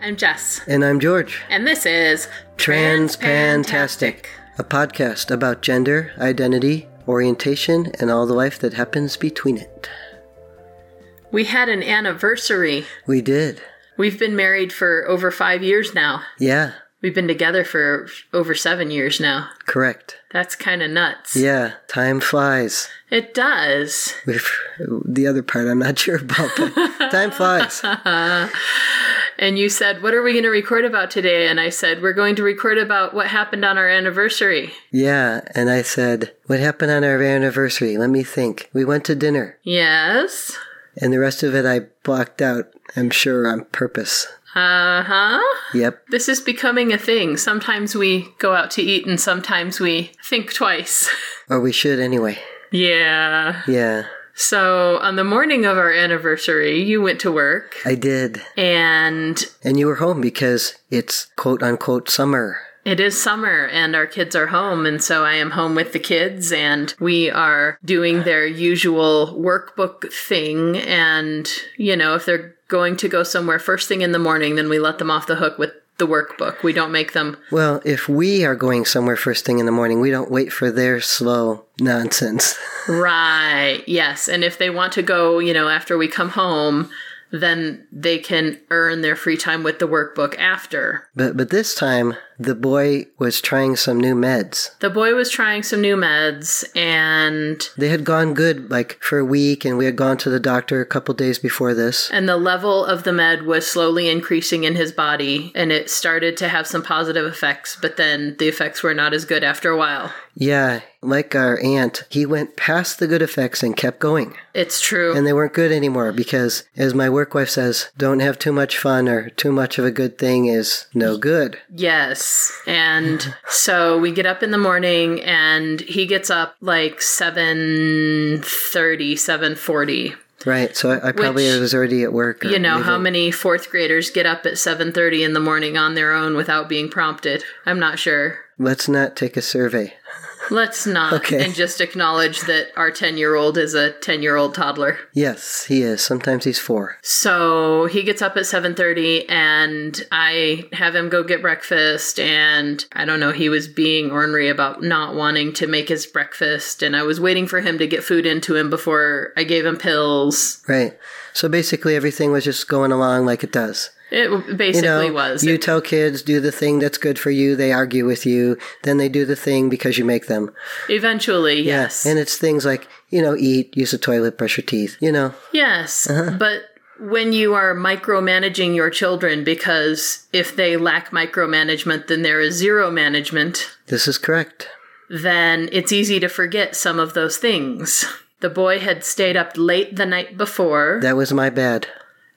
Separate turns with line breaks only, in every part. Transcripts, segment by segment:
I'm Jess,
And I'm George.
and this is
Transpantastic, a podcast about gender, identity, orientation, and all the life that happens between it.
We had an anniversary.
We did.
We've been married for over five years now.
Yeah,
We've been together for over seven years now.
correct.
That's kind of nuts.
Yeah, time flies.
It does.
We've, the other part I'm not sure about, but time flies.
And you said, What are we going to record about today? And I said, We're going to record about what happened on our anniversary.
Yeah, and I said, What happened on our anniversary? Let me think. We went to dinner,
Yes.
and the rest of it I blocked out, I'm sure on purpose.
Uh huh.
Yep.
This is becoming a thing. Sometimes we go out to eat and sometimes we think twice.
Or we should anyway.
yeah.
Yeah,
So, on the morning of our anniversary, you went to work
I did.
and
And you were home because it's quote unquote summer.
it is summer and our kids are home. And so I am home with the kids and we are doing their usual workbook thing. And, you know, if they're going to go somewhere first thing in the morning, then we let them off the hook with the workbook. We don't make them
Well, if we are going somewhere first thing in the morning, we don't wait for their slow nonsense.
Right. Yes. And if they want to go, you know, after we come home, then they can earn their free time with the workbook after.
But but this time the boy was trying some new meds.
The boy was trying some new meds and
They had gone good like for a week and we had gone to the doctor a couple days before this.
and the level of the med was slowly increasing in his body and it started to have some positive effects, but then the effects were not as good after a while.
Yeah, like our aunt, he went past the good effects and kept going.
It's true.
And they weren't good anymore because as my work wife says, don't have too much fun or too much of a good thing is no good.
Yes. And so we get up in the morning and he gets up like 7:30, 7:40.
Right. So I, I probably
Which,
was already at work. or
You know how
leaving.
many 4th graders get up at 7:30 in the morning on their own without being prompted? I'm not sure.
Let's not take a survey.
Let's not
Okay.
and just acknowledge that our 10-year-old is a 10-year-old toddler.
Yes, he is. Sometimes he's four.
So he gets up at 7:30 and I have him go get breakfast and I don't know he was being ornery about not wanting to make his breakfast and I was waiting for him to get food into him before I gave him pills.
Right. So basically, everything was just going along like it does.
It w-
You know,
basically was.
you tell kids do the thing that's good for you. They argue with you. Then they do the thing because you make them.
Eventually, yes.
And it's things like you know, eat, use the toilet, brush your teeth. You know,
Yes,
Uh-huh.
but when you are micromanaging your children because if they lack micromanagement then there is zero management.
this is correct.
then it's easy to forget some of those things. The boy had stayed up late the night before.
That was my bad.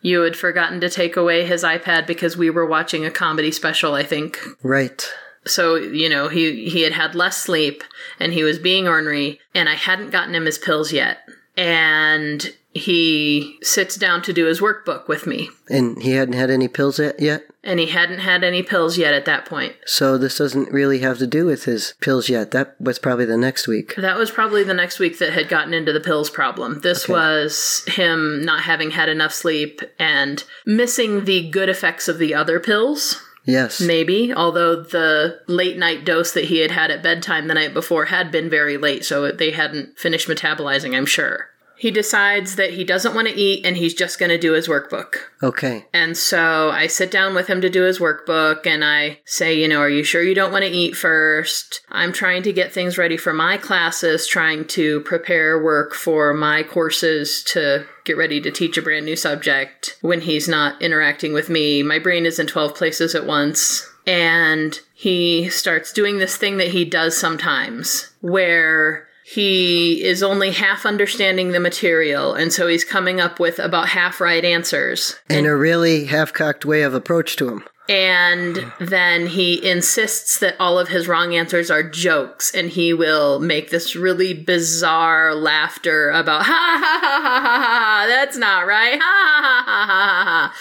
You had forgotten to take away his iPad because we were watching a comedy special, I think.
Right.
So, you know, he he had had less sleep and he was being ornery and I hadn't gotten him his pills yet. And he sits down to do his workbook with me.
And he hadn't had any pills yet- yet.
And he hadn't had any pills yet at that point.
So this doesn't really have to do with his pills yet. That was probably the next week.
That was probably the next week that had gotten into the pills problem. This was him not having had enough sleep and missing the good effects of the other pills,
Yes.
maybe. Although the late night dose that he had had at bedtime the night before had been very late, so they hadn't finished metabolizing, I'm sure. He decides that he doesn't want to eat and he's just going to do his workbook.
Okay.
And so I sit down with him to do his workbook and I say, you know, are you sure you don't want to eat first? I'm trying to get things ready for my classes, trying to prepare work for my courses to get ready to teach a brand new subject when he's not interacting with me. My brain is in 12 places at once. And he starts doing this thing that he does sometimes where he is only half understanding the material, and so he's coming up with about half right answers.
in a really half cocked way of approach to him.
And then he insists that all of his wrong answers are jokes, and he will make this really bizarre laughter about, ha ha ha ha ha ha, that's not right, ha ha ha ha ha ha. ha."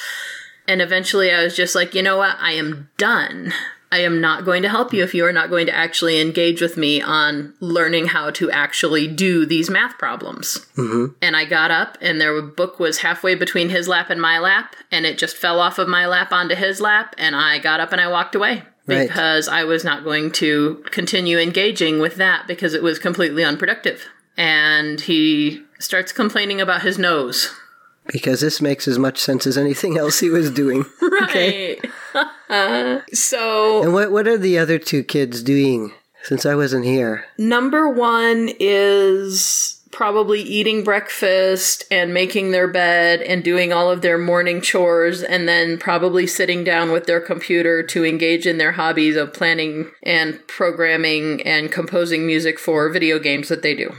And eventually I was just like, you know what? I am done. I am not going to help you if you are not going to actually engage with me on learning how to actually do these math problems.
Mm-hmm.
And I got up, and their book was halfway between his lap and my lap, and it just fell off of my lap onto his lap, and I got up and I walked away.
Right.
Because I was not going to continue engaging with that because it was completely unproductive. And he starts complaining about his nose.
Because this makes as much sense as anything else he was doing.
Right. so
And what what are the other two kids doing since I wasn't here?
Number one is probably eating breakfast and making their bed and doing all of their morning chores and then probably sitting down with their computer to engage in their hobbies of planning and programming and composing music for video games that they do.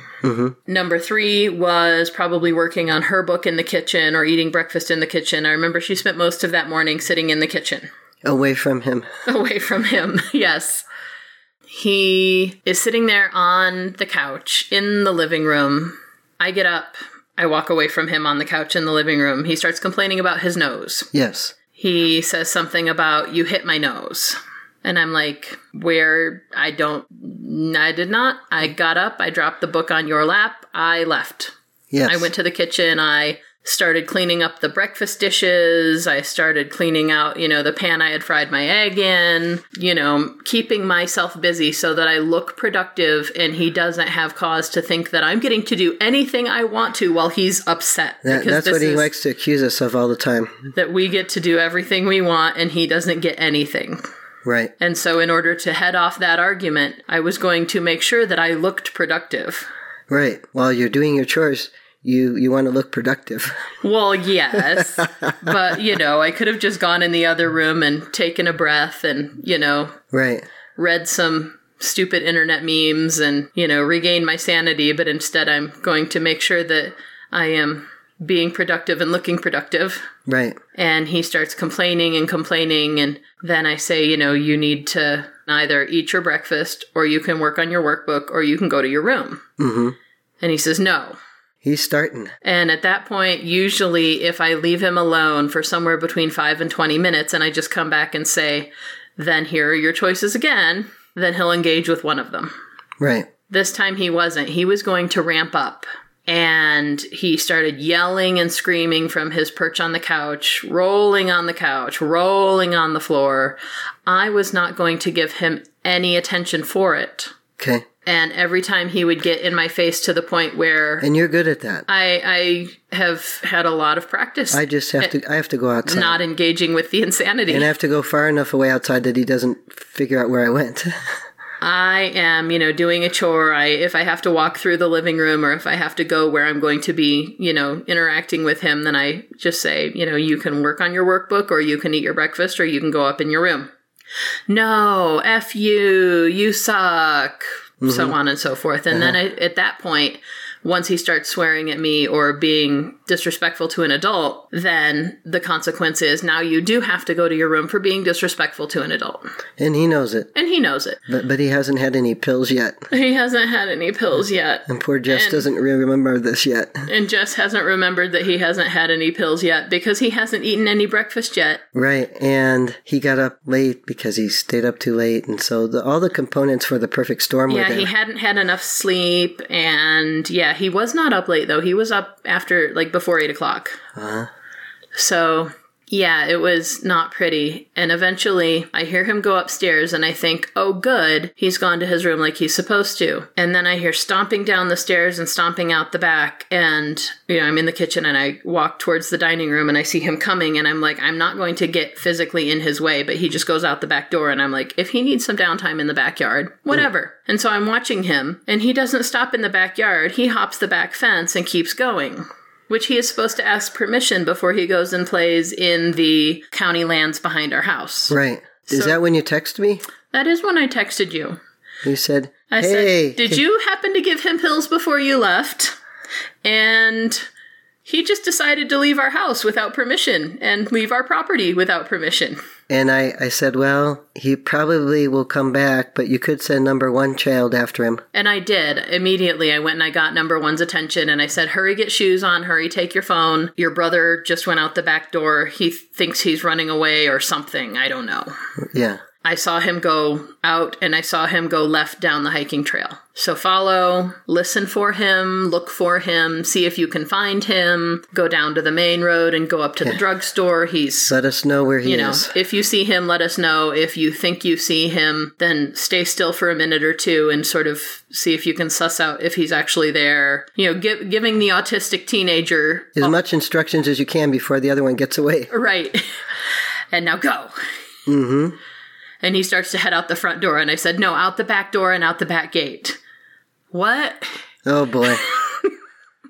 Number three was probably working on her book in the kitchen or eating breakfast in the kitchen. I remember she spent most of that morning sitting in the kitchen
Away from him.
away from him. yes. He is sitting there on the couch in the living room. I get up. I walk away from him on the couch in the living room. He starts complaining about his nose.
Yes.
He says something about, You hit my nose. And I'm like, Where? I don't. I did not. I got up. I dropped the book on your lap. I left.
Yes.
I went to the kitchen. I started cleaning up the breakfast dishes. I started cleaning out, you know, the pan I had fried my egg in, you know, keeping myself busy so that I look productive and he doesn't have cause to think that I'm getting to do anything I want to while he's upset.
That- that's what he
is-
likes to accuse us of all the time.
That we get to do everything we want and he doesn't get anything.
Right.
And so, in order to head off that argument, I was going to make sure that I looked productive.
Right. While you're doing your chores, you you want to look productive.
Well, yes. but, you know, I could have just gone in the other room and taken a breath and, you know,
Right.
read some stupid internet memes and, you know, regain my sanity. But instead, I'm going to make sure that I am being productive and looking productive.
Right.
And he starts complaining and complaining. And then I say, you know, you need to either eat your breakfast or you can work on your workbook or you can go to your room.
Mm-hmm.
And he says, no.
He's starting.
And at that point, usually if I leave him alone for somewhere between five and 20 minutes and I just come back and say, then here are your choices again, then he'll engage with one of them.
Right.
This time he wasn't. He was going to ramp up. And he started yelling and screaming from his perch on the couch, rolling on the couch, rolling on the floor. I was not going to give him any attention for it.
Okay.
And every time he would get in my face to the point where
And you're good at that.
I I have had a lot of practice
I just have to I have to go outside.
not engaging with the insanity.
and I have to go far enough away outside that he doesn't figure out where I went.
I am, you know, doing a chore. I if I have to walk through the living room or if I have to go where I'm going to be, you know, interacting with him, then I just say, you know, you can work on your workbook or you can eat your breakfast or you can go up in your room. No, F you, you suck, so on and so forth. And then I, at that point, once he starts swearing at me or being disrespectful to an adult, then the consequence is now you do have to go to your room for being disrespectful to an adult.
and he knows it.
And he knows it.
But but he hasn't had any pills yet.
He hasn't had any pills yet.
And poor Jess
And-
doesn't really remember this yet.
And Jess hasn't remembered that he hasn't had any pills yet because he hasn't eaten any breakfast yet.
Right, and he got up late because he stayed up too late, and so the, all the components for the perfect storm were
Yeah,
there.
he hadn't had enough sleep. And yeah, he was not up late though. He was up after, like, before eight o'clock.
Uh-huh.
So yeah, it was not pretty. And eventually I hear him go upstairs and I think, oh, good, he's gone to his room like he's supposed to. And then I hear stomping down the stairs and stomping out the back. And, you know, I'm in the kitchen and I walk towards the dining room and I see him coming and I'm like, I'm not going to get physically in his way, but he just goes out the back door and I'm like, if he needs some downtime in the backyard, whatever. And so I'm watching him and he doesn't stop in the backyard. He hops the back fence and keeps going which he is supposed to ask permission before he goes and plays in the county lands behind our house.
Right. Is
So-
that when you text me?
That is when I texted you.
You said,
I
"Hey,
said, Did you happen to give him pills before you left? And he just decided to leave our house without permission and leave our property without permission.
And I, I said, well, he probably will come back, but you could send number one child after him.
And I did. Immediately, I went and I got number one's attention and I said, Hurry, get shoes on. Hurry, take your phone. Your brother just went out the back door. He thinks he's running away or something. I don't know.
Yeah.
I saw him go out and I saw him go left down the hiking trail. So follow, listen for him, look for him, see if you can find him, go down to the main road and go up to the drugstore. He's
Let us know where he
you know,
is.
if you see him, let us know. If you think you see him, then stay still for a minute or two and sort of see if you can suss out if he's actually there. You know, gi- giving the autistic teenager
As much instructions as you can before the other one gets away.
right, and now go.
Mm-hmm.
And he starts to head out the front door, and I said, no, out the back door and out the back gate. What?
Oh boy.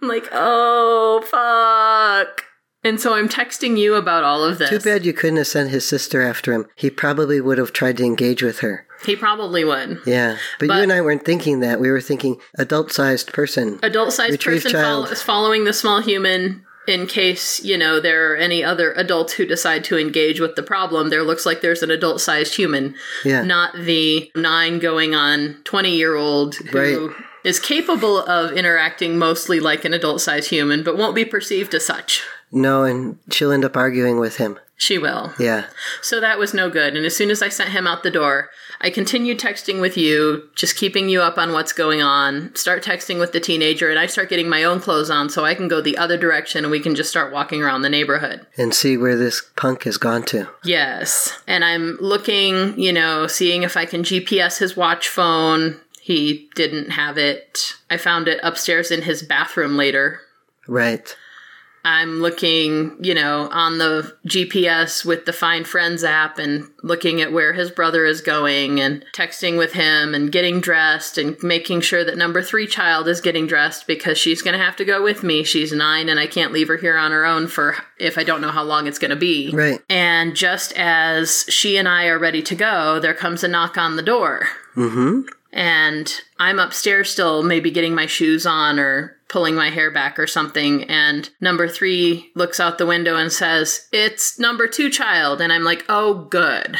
I'm like, oh fuck. And so I'm texting you about all of this.
Too bad you couldn't have sent his sister after him. He probably would have tried to engage with her.
He probably would.
Yeah. But,
But-
you and I weren't thinking that. We were thinking adult sized person.
adult sized
Retrieve
person
child.
follow, is following the small human in case you know there are any other adults who decide to engage with the problem there looks like there's an adult sized human
yeah.
not the nine going on 20 year old who is
Right.
capable of interacting mostly like an adult sized human but won't be perceived as such
No, and she'll end up arguing with him.
she will
Yeah.
so that was no good and as soon as i sent him out the door i continued texting with you just keeping you up on what's going on start texting with the teenager and i start getting my own clothes on so i can go the other direction and we can just start walking around the neighborhood
And see where this punk has gone to.
Yes. And I'm looking, you know, seeing if I can GPS his watch phone. He didn't have it. I found it upstairs in his bathroom later.
Right.
I'm looking, you know, on the GPS with the Find Friends app and looking at where his brother is going and texting with him and getting dressed and making sure that number three child is getting dressed because she's going to have to go with me. She's nine and I can't leave her here on her own for if I don't know how long it's going to be.
Right.
And just as she and I are ready to go, there comes a knock on the door.
Mm-hmm.
And I'm upstairs still, maybe getting my shoes on or pulling my hair back or something. And number three looks out the window and says, It's number two child. And I'm like, Oh, good.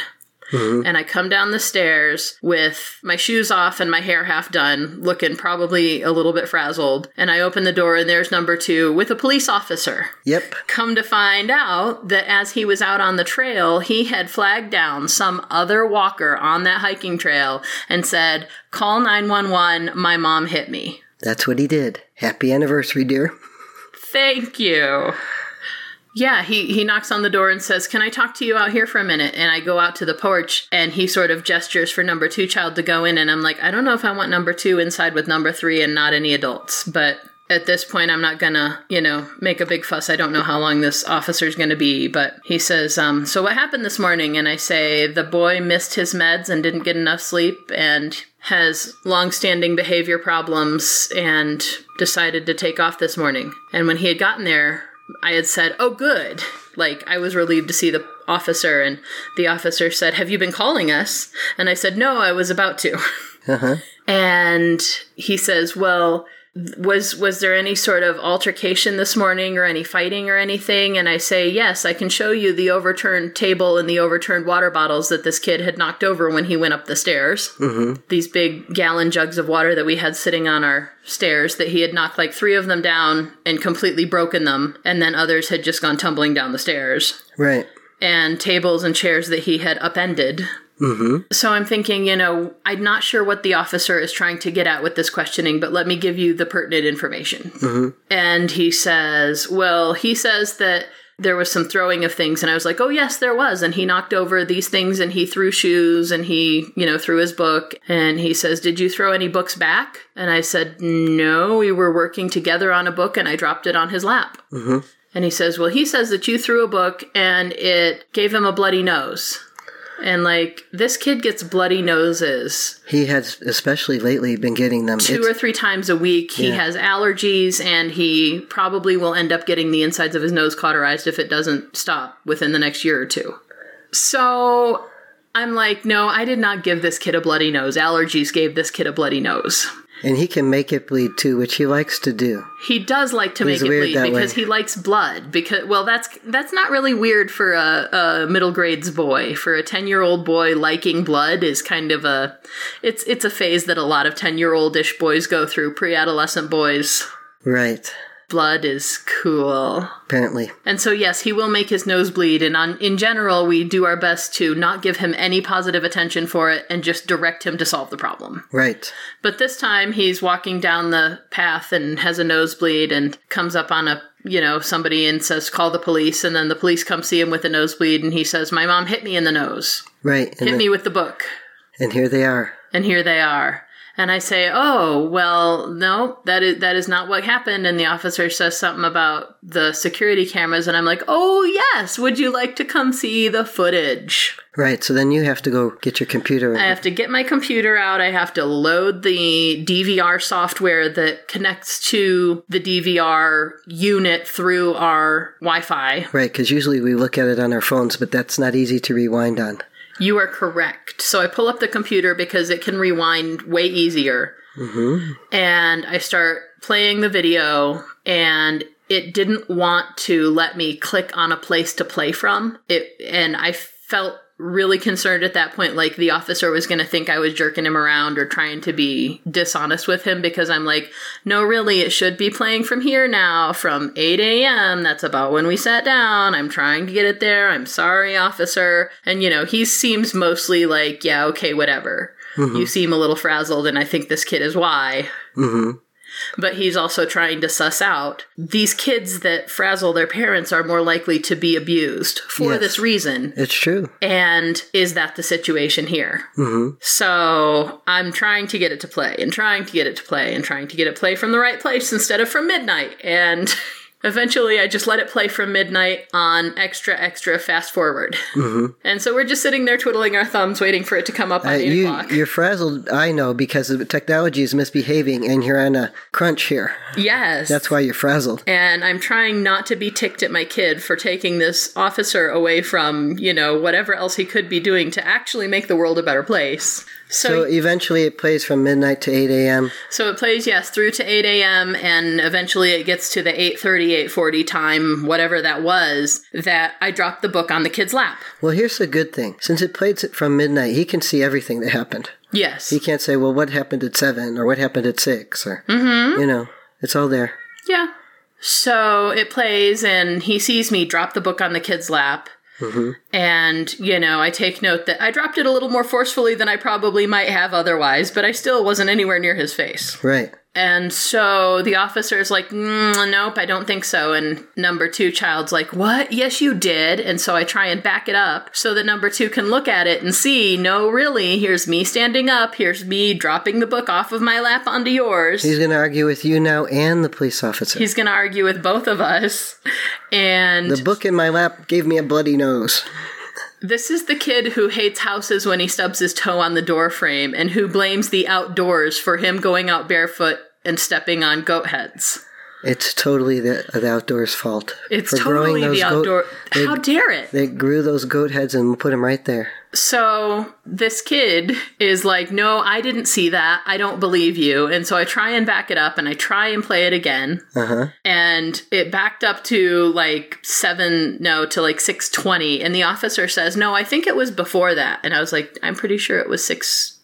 And I come down the stairs with my shoes off and my hair half done, looking probably a little bit frazzled. And I open the door, and there's number two with a police officer.
Yep.
Come to find out that as he was out on the trail, he had flagged down some other walker on that hiking trail and said, Call 911, my mom hit me.
That's what he did. Happy anniversary, dear.
Thank you. Yeah, he, he knocks on the door and says, Can I talk to you out here for a minute? And I go out to the porch and he sort of gestures for number two child to go in. And I'm like, I don't know if I want number two inside with number three and not any adults. But at this point, I'm not going to, you know, make a big fuss. I don't know how long this officer's going to be. But he says, um, So what happened this morning? And I say, The boy missed his meds and didn't get enough sleep. And has long-standing behavior problems and decided to take off this morning. And when he had gotten there, I had said, "Oh good." Like I was relieved to see the officer and the officer said, "Have you been calling us?" And I said, "No, I was about to."
Uh-huh.
And he says, "Well, was was there any sort of altercation this morning or any fighting or anything?" And I say, "Yes, I can show you the overturned table and the overturned water bottles that this kid had knocked over when he went up the stairs." these big gallon jugs of water that we had sitting on our stairs that he had knocked like three of them down and completely broken them and then others had just gone tumbling down the stairs
Right.
and tables and chairs that he had upended
Mm-hmm.
so i'm thinking you know i'm not sure what the officer is trying to get at with this questioning but let me give you the pertinent information and he says well he says that there was some throwing of things and i was like oh yes there was and he knocked over these things and he threw shoes and he you know threw his book and he says did you throw any books back and i said no we were working together on a book and i dropped it on his lap and he says well he says that you threw a book and it gave him a bloody nose and like this kid gets bloody noses
He has, especially lately, been getting them.
two
It's-
or three times a week. He
Yeah.
has allergies, and he probably will end up getting the insides of his nose cauterized if it doesn't stop within the next year or two. So I'm like, no, I did not give this kid a bloody nose. Allergies gave this kid a bloody nose.
and he can make it bleed too, which he likes to do.
He does like to
He's
make it
weird
bleed
that
because
way.
he likes blood. Because well, that's that's not really weird for a, a middle grades boy. For a ten year old boy, liking blood is kind of a it's it's a phase that a lot of ten year oldish boys go through. Pre adolescent boys
Right.
blood is cool.
apparently.
And so, yes, he will make his nose bleed. And on, in general, we do our best to not give him any positive attention for it and just direct him to solve the problem.
Right.
But this time, he's walking down the path and has a nosebleed and comes up on a you know somebody and says call the police and then the police come see him with a nosebleed and he says my mom hit me in the nose
Right. And,
hit
the-
me with the book
and here they are.
and here they are. And I say, "Oh, well, no, that is that is not what happened." And the officer says something about the security cameras, and I'm like, "Oh yes, would you like to come see the footage?"
Right. So then you have to go get your computer.
I have to get my computer out. I have to load the DVR software that connects to the DVR unit through our Wi-Fi.
right. Because usually we look at it on our phones, but that's not easy to rewind on.
You are correct. So I pull up the computer because it can rewind way easier. Mm-hmm. And I start playing the video, and it didn't want to let me click on a place to play from. It and I felt really concerned at that point like the officer was going to think I was jerking him around or trying to be dishonest with him because I'm like no really it should be playing from here now from 8 a.m that's about when we sat down I'm trying to get it there I'm sorry officer and you know he seems mostly like yeah okay whatever you seem a little frazzled and I think this kid is why
Mm-hmm.
but he's also trying to suss out these kids that frazzle their parents are more likely to be abused for
Yes.
this reason
It's true.
and is that the situation here? Mm-hmm. So I'm trying to get it to play and trying to get it to play and trying to get it play from the right place instead of from midnight. And eventually I just let it play from midnight on extra, extra fast forward. Mm-hmm. And so we're just sitting there twiddling our thumbs waiting for it to come up on
Uh,
8
you,
o'clock.
you're frazzled, I know, because the technology is misbehaving and you're on a crunch here.
yes.
That's why you're frazzled.
and I'm trying not to be ticked at my kid for taking this officer away from, you know, whatever else he could be doing to actually make the world a better place.
So eventually it plays from midnight to 8 a.m.
So it plays yes through to 8 a.m. and eventually it gets to the 8:30, 8:40 time, whatever that was. That I dropped the book on the kid's lap.
Well, here's the good thing. Since it plays it from midnight, he can see everything that happened.
Yes.
He can't say, well, what happened at 7 or what happened at 6 or,
Mm-hmm.
you know, it's all there.
Yeah. So it plays and he sees me drop the book on the kid's lap. And, you know, I take note that I dropped it a little more forcefully than I probably might have otherwise, but I still wasn't anywhere near his face.
Right.
And so the officer's like, "Mm, nope, I don't think so. And number two child's like, what? Yes, you did. And so I try and back it up so that number two can look at it and see, no, really, here's me standing up. Here's me dropping the book off of my lap onto yours.
He's going to argue with you now and the police officer.
He's going to argue with both of us. And
the book in my lap gave me a bloody nose.
this is the kid who hates houses when he stubs his toe on the door frame and who blames the outdoors for him going out barefoot and stepping on goat heads.
It's totally the, the outdoors' fault.
It's
for growing
totally
those
the
goat-
outdoor. How dare it?
They grew those goat heads and put them right there.
so this kid is like, No, I didn't see that. I don't believe you. And so I try and back it up and I try and play it again. And it backed up to like seven, no, to like 620. And the officer says, No, I think it was before that. And I was like, I'm pretty sure it was six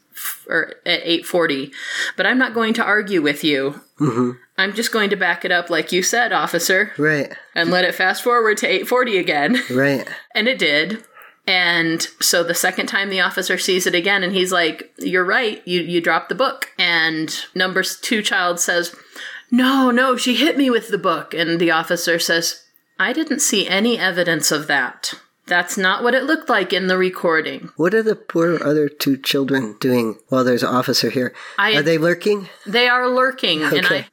or at 840, but I'm not going to argue with you. I'm just going to back it up, like you said, officer,
Right,
and let it fast forward to 840 again.
right.
And it did. And so the second time the officer sees it again and he's like, You're right, you you dropped the book. And number two child says, No, no, she hit me with the book. And the officer says, I didn't see any evidence of that. That's not what it looked like in the recording.
What are the poor other two children doing while there's an officer here?
I-
are they lurking?
They are lurking. And
Okay.
I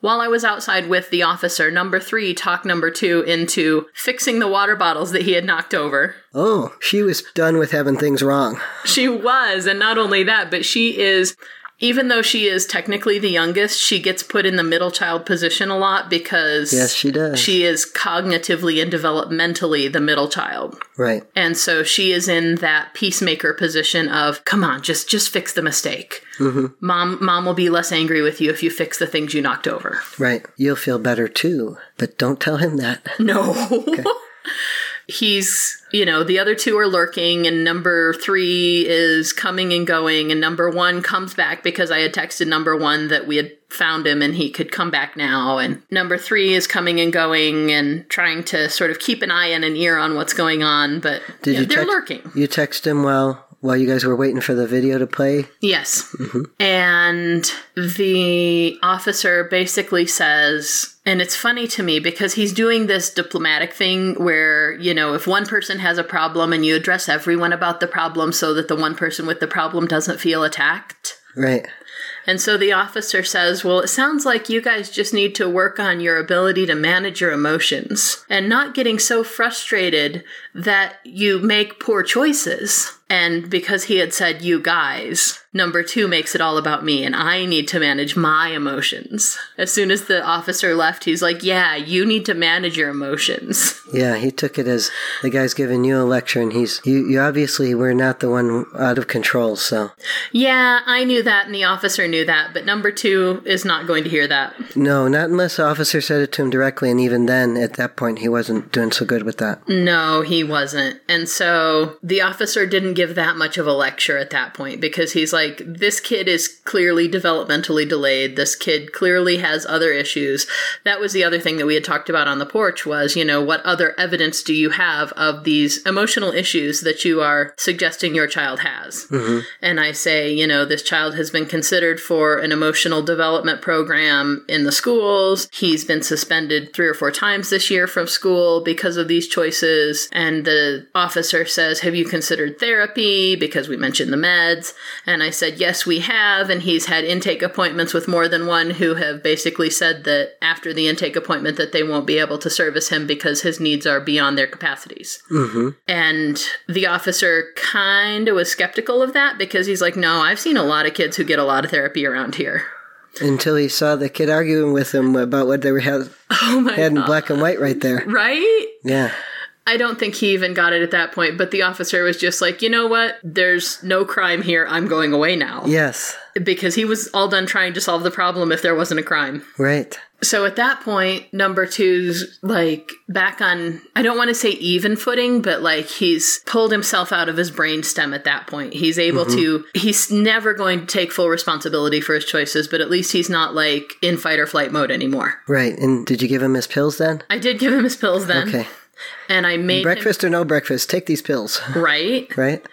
while I was outside with the officer, number three talked number two into fixing the water bottles that he had knocked over.
Oh, she was done with having things wrong.
She was, and not only that, but she is even though she is technically the youngest, she gets put in the middle child position a lot because
Yes, she does.
she is cognitively and developmentally the middle child.
right.
And so she is in that peacemaker position of, come on, just just fix the mistake.
Mm-hmm.
Mom mom will be less angry with you if you fix the things you knocked over.
Right. You'll feel better too, but don't tell him that.
No. he's you know the other two are lurking and number three is coming and going and number one comes back because i had texted number one that we had found him and he could come back now and number three is coming and going and trying to sort of keep an eye and an ear on what's going on but
Did
yeah,
you
they're
text-
lurking
You text him while while you guys were waiting for the video to play.
Yes. And the officer basically says, and it's funny to me because he's doing this diplomatic thing where, you know, if one person has a problem and you address everyone about the problem so that the one person with the problem doesn't feel attacked.
Right.
And so the officer says, Well, it sounds like you guys just need to work on your ability to manage your emotions and not getting so frustrated that you make poor choices. And because he had said, You guys, number two makes it all about me and I need to manage my emotions. As soon as the officer left, he's like, Yeah, you need to manage your emotions.
Yeah, he took it as the guy's giving you a lecture, and he's you. You obviously were not the one out of control. So
yeah, I knew that and the officer knew that, but number two is not going to hear that.
no, not unless the officer said it to him directly, and even then, at that point, he wasn't doing so good with that.
No, he wasn't. And so the officer didn't give that much of a lecture at that point because he's like, this kid is clearly developmentally delayed. This kid clearly has other issues. That was the other thing that we had talked about on the porch was, you know, what other evidence do you have of these emotional issues that you are suggesting your child has? And I say, you know, this child has been considered for an emotional development program in the schools. He's been suspended three or four times this year from school because of these choices. And the officer says, Have you considered therapy? Because we mentioned the meds. And I said, Yes, we have. And he's had intake appointments with more than one who have basically said that after the intake appointment that they won't be able to service him because his needs are beyond their capacities. And the officer kind of was skeptical of that because he's like, no, I've seen a lot of kids who get a lot of therapy around here.
Until he saw the kid arguing with him about what they were had,
Oh my
had in black and white right there.
Right?
Yeah.
I don't think he even got it at that point, but the officer was just like, you know what? There's no crime here. I'm going away now.
Yes.
Because he was all done trying to solve the problem if there wasn't a crime.
Right.
So at that point, number two's like back on, I don't want to say even footing, but like he's pulled himself out of his brainstem at that point. He's able
Mm-hmm.
to, he's never going to take full responsibility for his choices, but at least he's not like in fight or flight mode anymore.
Right. And did you give him his pills then?
I did give him his pills then,
Okay.
and I made
Breakfast or no breakfast, take these pills.
him right.
Right.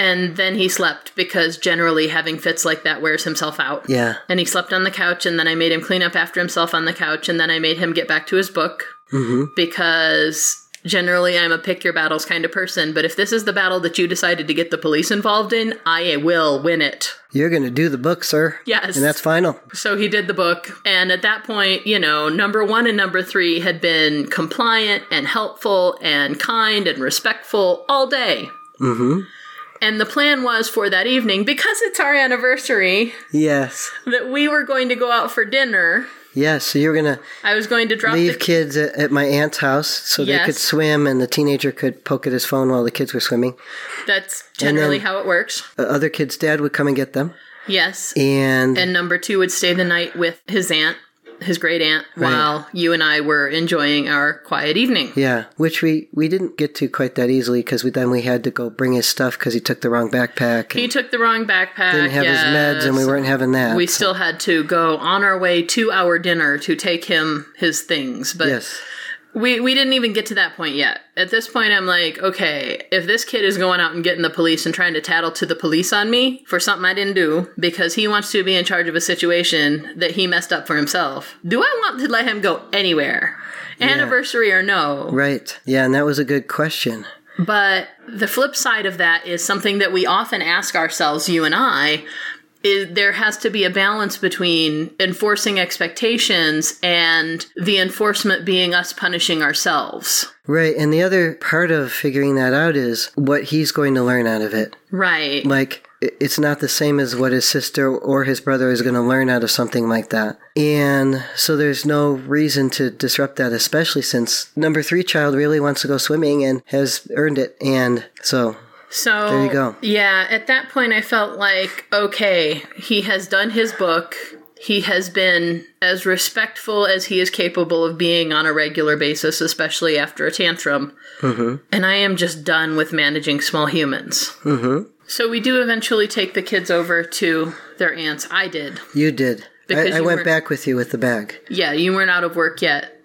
And then he slept because generally having fits like that wears himself out.
Yeah.
And he slept on the couch, and then I made him clean up after himself on the couch, and then I made him get back to his book
Mm-hmm.
because generally I'm a pick your battles kind of person. But if this is the battle that you decided to get the police involved in, I will win it.
You're going to do the book, sir.
Yes.
And that's final.
So he did the book. And at that point, you know, number one and number three had been compliant and helpful and kind and respectful all day. Mm hmm.
Mm-hmm.
And the plan was for that evening, because it's our anniversary,
Yes.
that we were going to go out for dinner.
Yes. So you're going to
I was going to drop
leave
the
kids at, at my aunt's house so they
Yes.
could swim and the teenager could poke at his phone while the kids were swimming.
That's generally
then-
how it works.
Uh, other kids' dad would come and get them.
Yes.
And,
And number two would stay the night with his aunt, his great aunt, while you and I were enjoying our quiet evening.
yeah, which we, we didn't get to quite that easily because we, then we had to go bring his stuff because he took the wrong backpack.
He
and
took the wrong backpack.
didn't have
yes.
his meds and we weren't having that.
We still had to go on our way to our dinner to take him his things, but
yes.
we, we didn't even get to that point yet. At this point, I'm like, okay, if this kid is going out and getting the police and trying to tattle to the police on me for something I didn't do because he wants to be in charge of a situation that he messed up for himself, do I want to let him go anywhere? Anniversary or no?
Right. Yeah. And that was a good question.
But the flip side of that is something that we often ask ourselves, you and I, is there has to be a balance between enforcing expectations and the enforcement being us punishing ourselves.
Right. And the other part of figuring that out is what he's going to learn out of it.
Right.
Like, i- it's not the same as what his sister or his brother is going to learn out of something like that. And so there's no reason to disrupt that, especially since number three child really wants to go swimming and has earned it. And so,
So
There you go.
Yeah, at that point I felt like, okay, he has done his book. he has been as respectful as he is capable of being on a regular basis, especially after a tantrum.
Mm-hmm.
And I am just done with managing small humans.
Mm-hmm.
So we do eventually take the kids over to their aunts. I did.
You did.
Because
I, I
you
went
were-
back with you with the bag.
Yeah, you weren't out of work yet.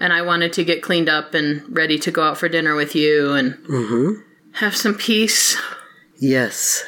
And I wanted to get cleaned up and ready to go out for dinner with you and
Mm-hmm.
have some peace.
Yes.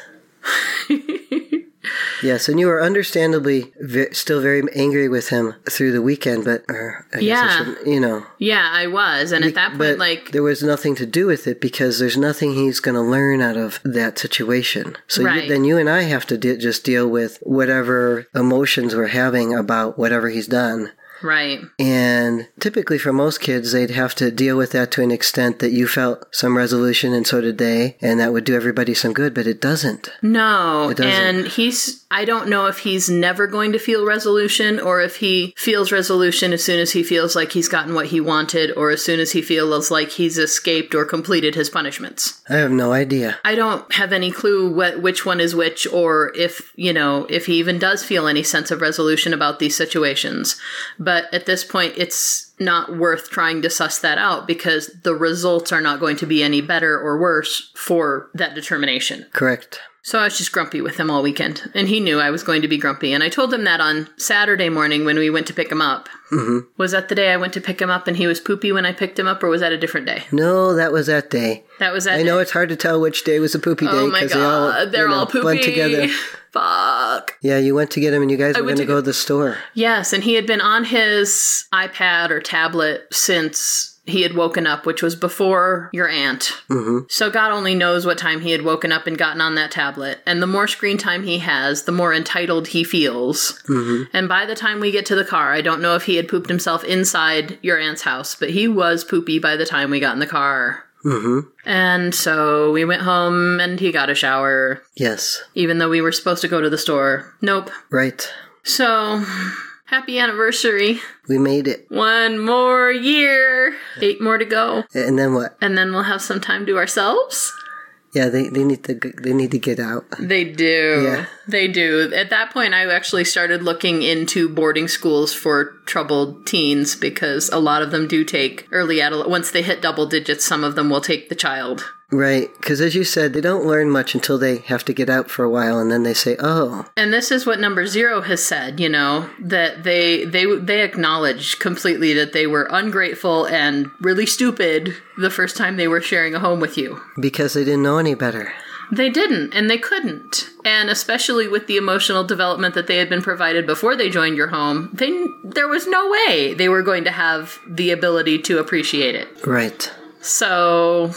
yes, and you were understandably ve- still very angry with him through the weekend, but or I guess I
Yeah.
shouldn't- you know.
Yeah, I was. And at that
but
point, like,
there was nothing to do with it because there's nothing he's going to learn out of that situation. So
Right.
you, then you and I have to de- just deal with whatever emotions we're having about whatever he's done.
right.
And typically for most kids, they'd have to deal with that to an extent that you felt some resolution and so did they, and that would do everybody some good, but it doesn't.
No,
doesn't.
and he's I don't know if he's never going to feel resolution or if he feels resolution as soon as he feels like he's gotten what he wanted or as soon as he feels like he's escaped or completed his punishments.
I have no idea.
I don't have any clue what which one is which or if, you know, if he even does feel any sense of resolution about these situations. But at this point it's not worth trying to suss that out because the results are not going to be any better or worse for that determination.
Correct.
So I was just grumpy with him all weekend, and he knew I was going to be grumpy. And I told him that on Saturday morning when we went to pick him up.
Mhm.
Was that the day I went to pick him up and he was poopy when I picked him up, or was that a different day?
No, that was that day.
That was that.
I know
day.
it's hard to tell which day was a poopy
Oh
day
my
they all
god, they're
you know,
all poopy
blend together.
Fuck.
Yeah, you went to get him, and you guys were
went
going to
to
go to the store.
Yes, and he had been on his iPad or tablet since he had woken up, which was before your aunt.
Mm-hmm.
So God only knows what time he had woken up and gotten on that tablet. And the more screen time he has, the more entitled he feels. Mm-hmm. And by the time we get to the car, I don't know if he had pooped himself inside your aunt's house, but he was poopy by the time we got in the car.
Mm-hmm.
And so we went home and he got a shower,
Yes,
even though we were supposed to go to the store. Nope.
right.
So happy anniversary.
We made it,
One more year. Eight more to go.
and then what?
And then we'll have some time to ourselves.
Yeah, they, they need to g- they need to get out.
They do.
Yeah.
They do. At that point, I actually started looking into boarding schools for troubled teens because a lot of them do take early adolescence. Once they hit double digits, some of them will take the child.
Right, because as you said, they don't learn much until they have to get out for a while, and then they say, "Oh,
And this is what number zero has said, you know, that they they they acknowledge completely that they were ungrateful and really stupid the first time they were sharing a home with you.
because they didn't know any better."
They didn't, and they couldn't. And especially with the emotional development that they had been provided before they joined your home, they, there was no way they were going to have the ability to appreciate it.
Right.
So,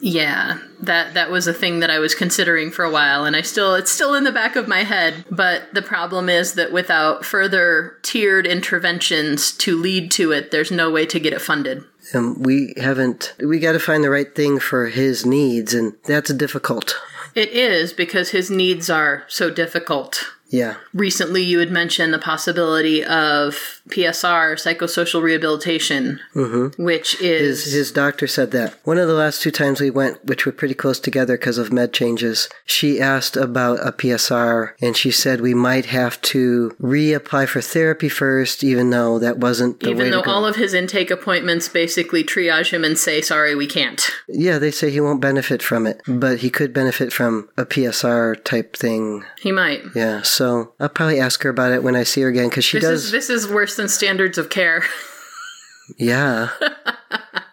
yeah, that that was a thing that I was considering for a while, and I still it's still in the back of my head. But the problem is that without further tiered interventions to lead to it, there's no way to get it funded.
And we haven't. We got to find the right thing for his needs, and that's difficult.
It is because his needs are so difficult.
Yeah.
recently you had mentioned the possibility of PSR, psychosocial rehabilitation,
Mm-hmm.
which is,
His, his doctor said that. One of the last two times we went, which were pretty close together because of med changes, she asked about a PSR and she said we might have to reapply for therapy first, even though that wasn't the way
even though
to go.
all of his intake appointments basically triage him and say, sorry, we can't.
yeah, they say he won't benefit from it, but he could benefit from a PSR type thing.
He might.
Yeah, so I'll probably ask her about it when I see her again because she
This
does.
is this is worse than standards of care.
yeah.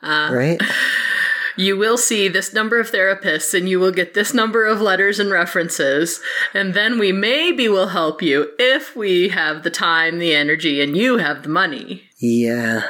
right?
You will see this number of therapists and you will get this number of letters and references, and then we maybe will help you if we have the time, the energy, and you have the money.
Yeah.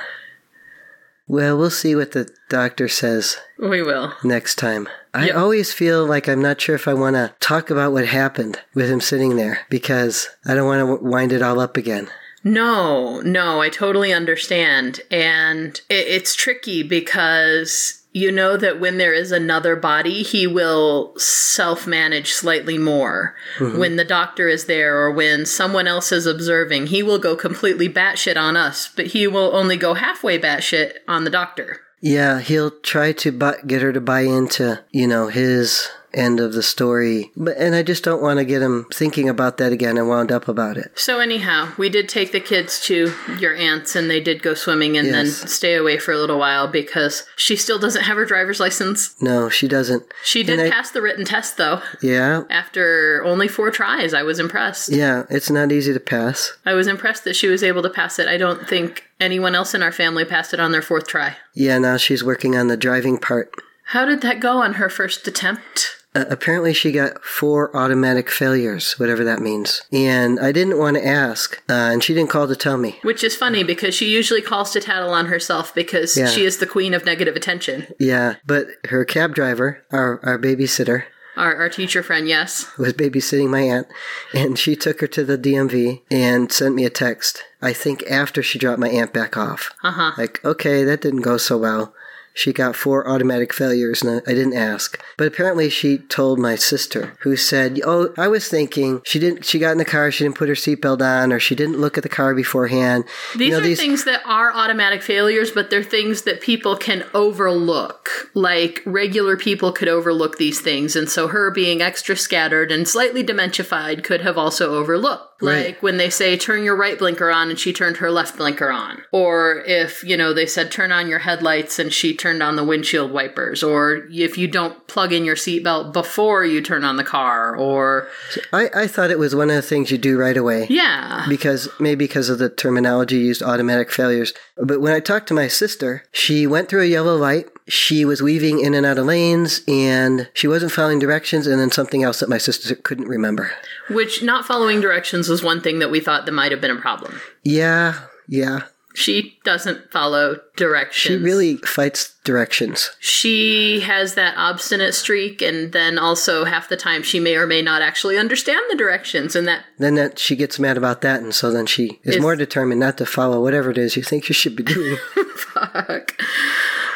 Well, we'll see what the doctor says.
We will.
next time. I
Yep.
always feel like I'm not sure if I want to talk about what happened with him sitting there because I don't want to w- wind it all up again.
No, no, I totally understand. And it, it's tricky because you know that when there is another body, he will self manage slightly more.
Mm-hmm.
When the doctor is there or when someone else is observing, he will go completely batshit on us, but he will only go halfway batshit on the doctor.
Yeah, he'll try to bu- get her to buy into, you know, his end of the story. But and I just don't want to get him thinking about that again and wound up about it.
So anyhow, we did take the kids to your aunt's and they did go swimming and then
Yes.
stay away for a little while because she still doesn't have her driver's license.
No, she doesn't.
She did
And I-
pass the written test though.
Yeah.
After only four tries, I was impressed.
Yeah, it's not easy to pass.
I was impressed that she was able to pass it. I don't think anyone else in our family passed it on their fourth try.
Yeah, now she's working on the driving part.
How did that go on her first attempt?
Uh, apparently, she got four automatic failures, whatever that means. And I didn't want to ask, uh, and she didn't call to tell me.
Which is funny because she usually calls to tattle on herself because
Yeah.
she is the queen of negative attention.
Yeah, but her cab driver, our, our babysitter,
Our, our teacher friend, yes.
was babysitting my aunt, and she took her to the DMV and sent me a text. I think after she dropped my aunt back off.
Uh-huh.
Like, okay, that didn't go so well. She got four automatic failures, and I didn't ask. But apparently, she told my sister, who said, "Oh, I was thinking she didn't. She got in the car, she didn't put her seatbelt on, or she didn't look at the car beforehand."
These
know,
are
these-
things that are automatic failures, but they're things that people can overlook. Like regular people could overlook these things, and so her being extra scattered and slightly dementified could have also overlooked.
Right.
Like when they say turn your right blinker on and she turned her left blinker on. Or if, you know, they said turn on your headlights and she turned on the windshield wipers, or if you don't plug in your seatbelt before you turn on the car, or
I, I thought it was one of the things you do right away.
yeah.
because maybe because of the terminology used automatic failures but when i talked to my sister she went through a yellow light she was weaving in and out of lanes and she wasn't following directions and then something else that my sister couldn't remember
Which not following directions was one thing that we thought that might have been a problem.
yeah yeah
She doesn't follow
she
directions.
really fights directions
She has that obstinate streak, and then also half the time she may or may not actually understand the directions, and that
then that she gets mad about that and so then she is
It's-
more determined not to follow whatever it is you think you should be doing
fuck.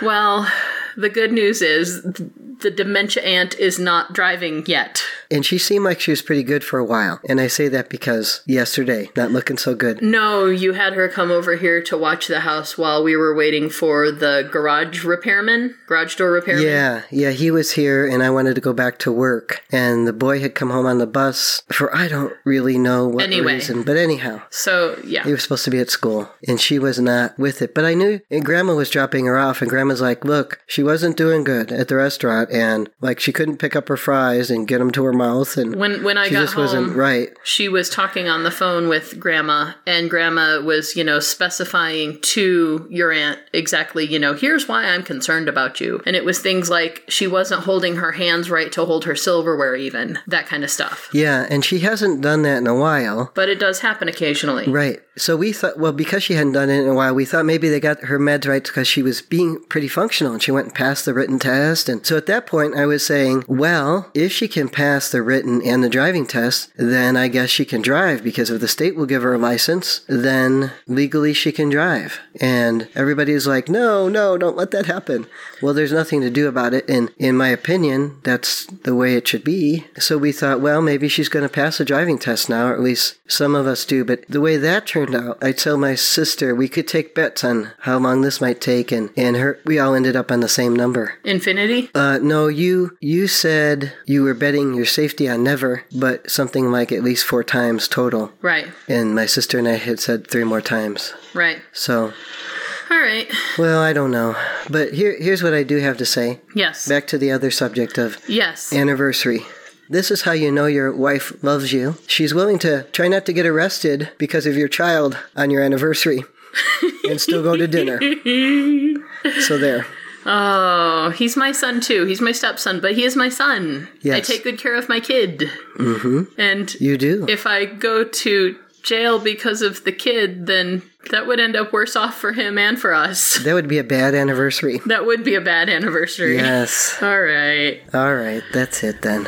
Well, the good news is th- the dementia aunt is not driving yet.
and she seemed like she was pretty good for a while and i say that because yesterday not looking so good
No, you had her come over here to watch the house while we were waiting for the garage repairman, garage door repairman.
Yeah, yeah, he was here and I wanted to go back to work. And the boy had come home on the bus for I don't really know what
Anyway.
reason. But anyhow,
So yeah,
he was supposed to be at school and she was not with it. But I knew and grandma was dropping her off and grandma's like, look, she wasn't doing good at the restaurant and like she couldn't pick up her fries and get them to her mouth and
when when I
she
got
just
home,
wasn't right.
she was talking on the phone with grandma and grandma was you know specifying to your aunt exactly you know here's why i'm concerned about you and it was things like she wasn't holding her hands right to hold her silverware even that kind of stuff
Yeah, and she hasn't done that in a while.
but it does happen occasionally
Right. So we thought, well, because she hadn't done it in a while, we thought maybe they got her meds right because she was being pretty functional and she went and passed the written test. And so at that point, I was saying, well, if she can pass the written and the driving test, then I guess she can drive because if the state will give her a license, then legally she can drive. And everybody's like, no, no, don't let that happen. Well, there's nothing to do about it. And in my opinion, that's the way it should be. So we thought, well, maybe she's going to pass the driving test now, or at least some of us do. But the way that turned out, I told my sister we could take bets on how long this might take, and, and her, we all ended up on the same number.
infinity
Uh, no, you you said you were betting your safety on never, but something like at least four times total.
right
And my sister and I had said three more times.
right
So,
all right
well, I don't know. But here, here's what I do have to say.
yes
Back to the other subject of
yes
anniversary. This is how you know your wife loves you. She's willing to try not to get arrested because of your child on your anniversary and still go to dinner. So there.
oh he's my son too he's my stepson but he is my son i
Yes.
take good care of my kid mm-hmm. and
You do.
if I go to jail because of the kid, then that would end up worse off for him and for us.
That would be a bad anniversary.
That would be a bad anniversary.
Yes.
All right.
All right, that's it then.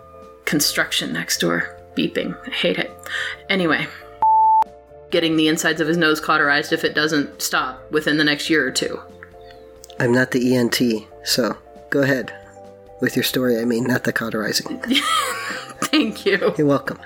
construction next door. Beeping. I hate it. Anyway, getting the insides of his nose cauterized if it doesn't stop within the next year or two.
I'm not the ENT, so go ahead with your story. I mean, not the cauterizing.
Thank you.
You're welcome.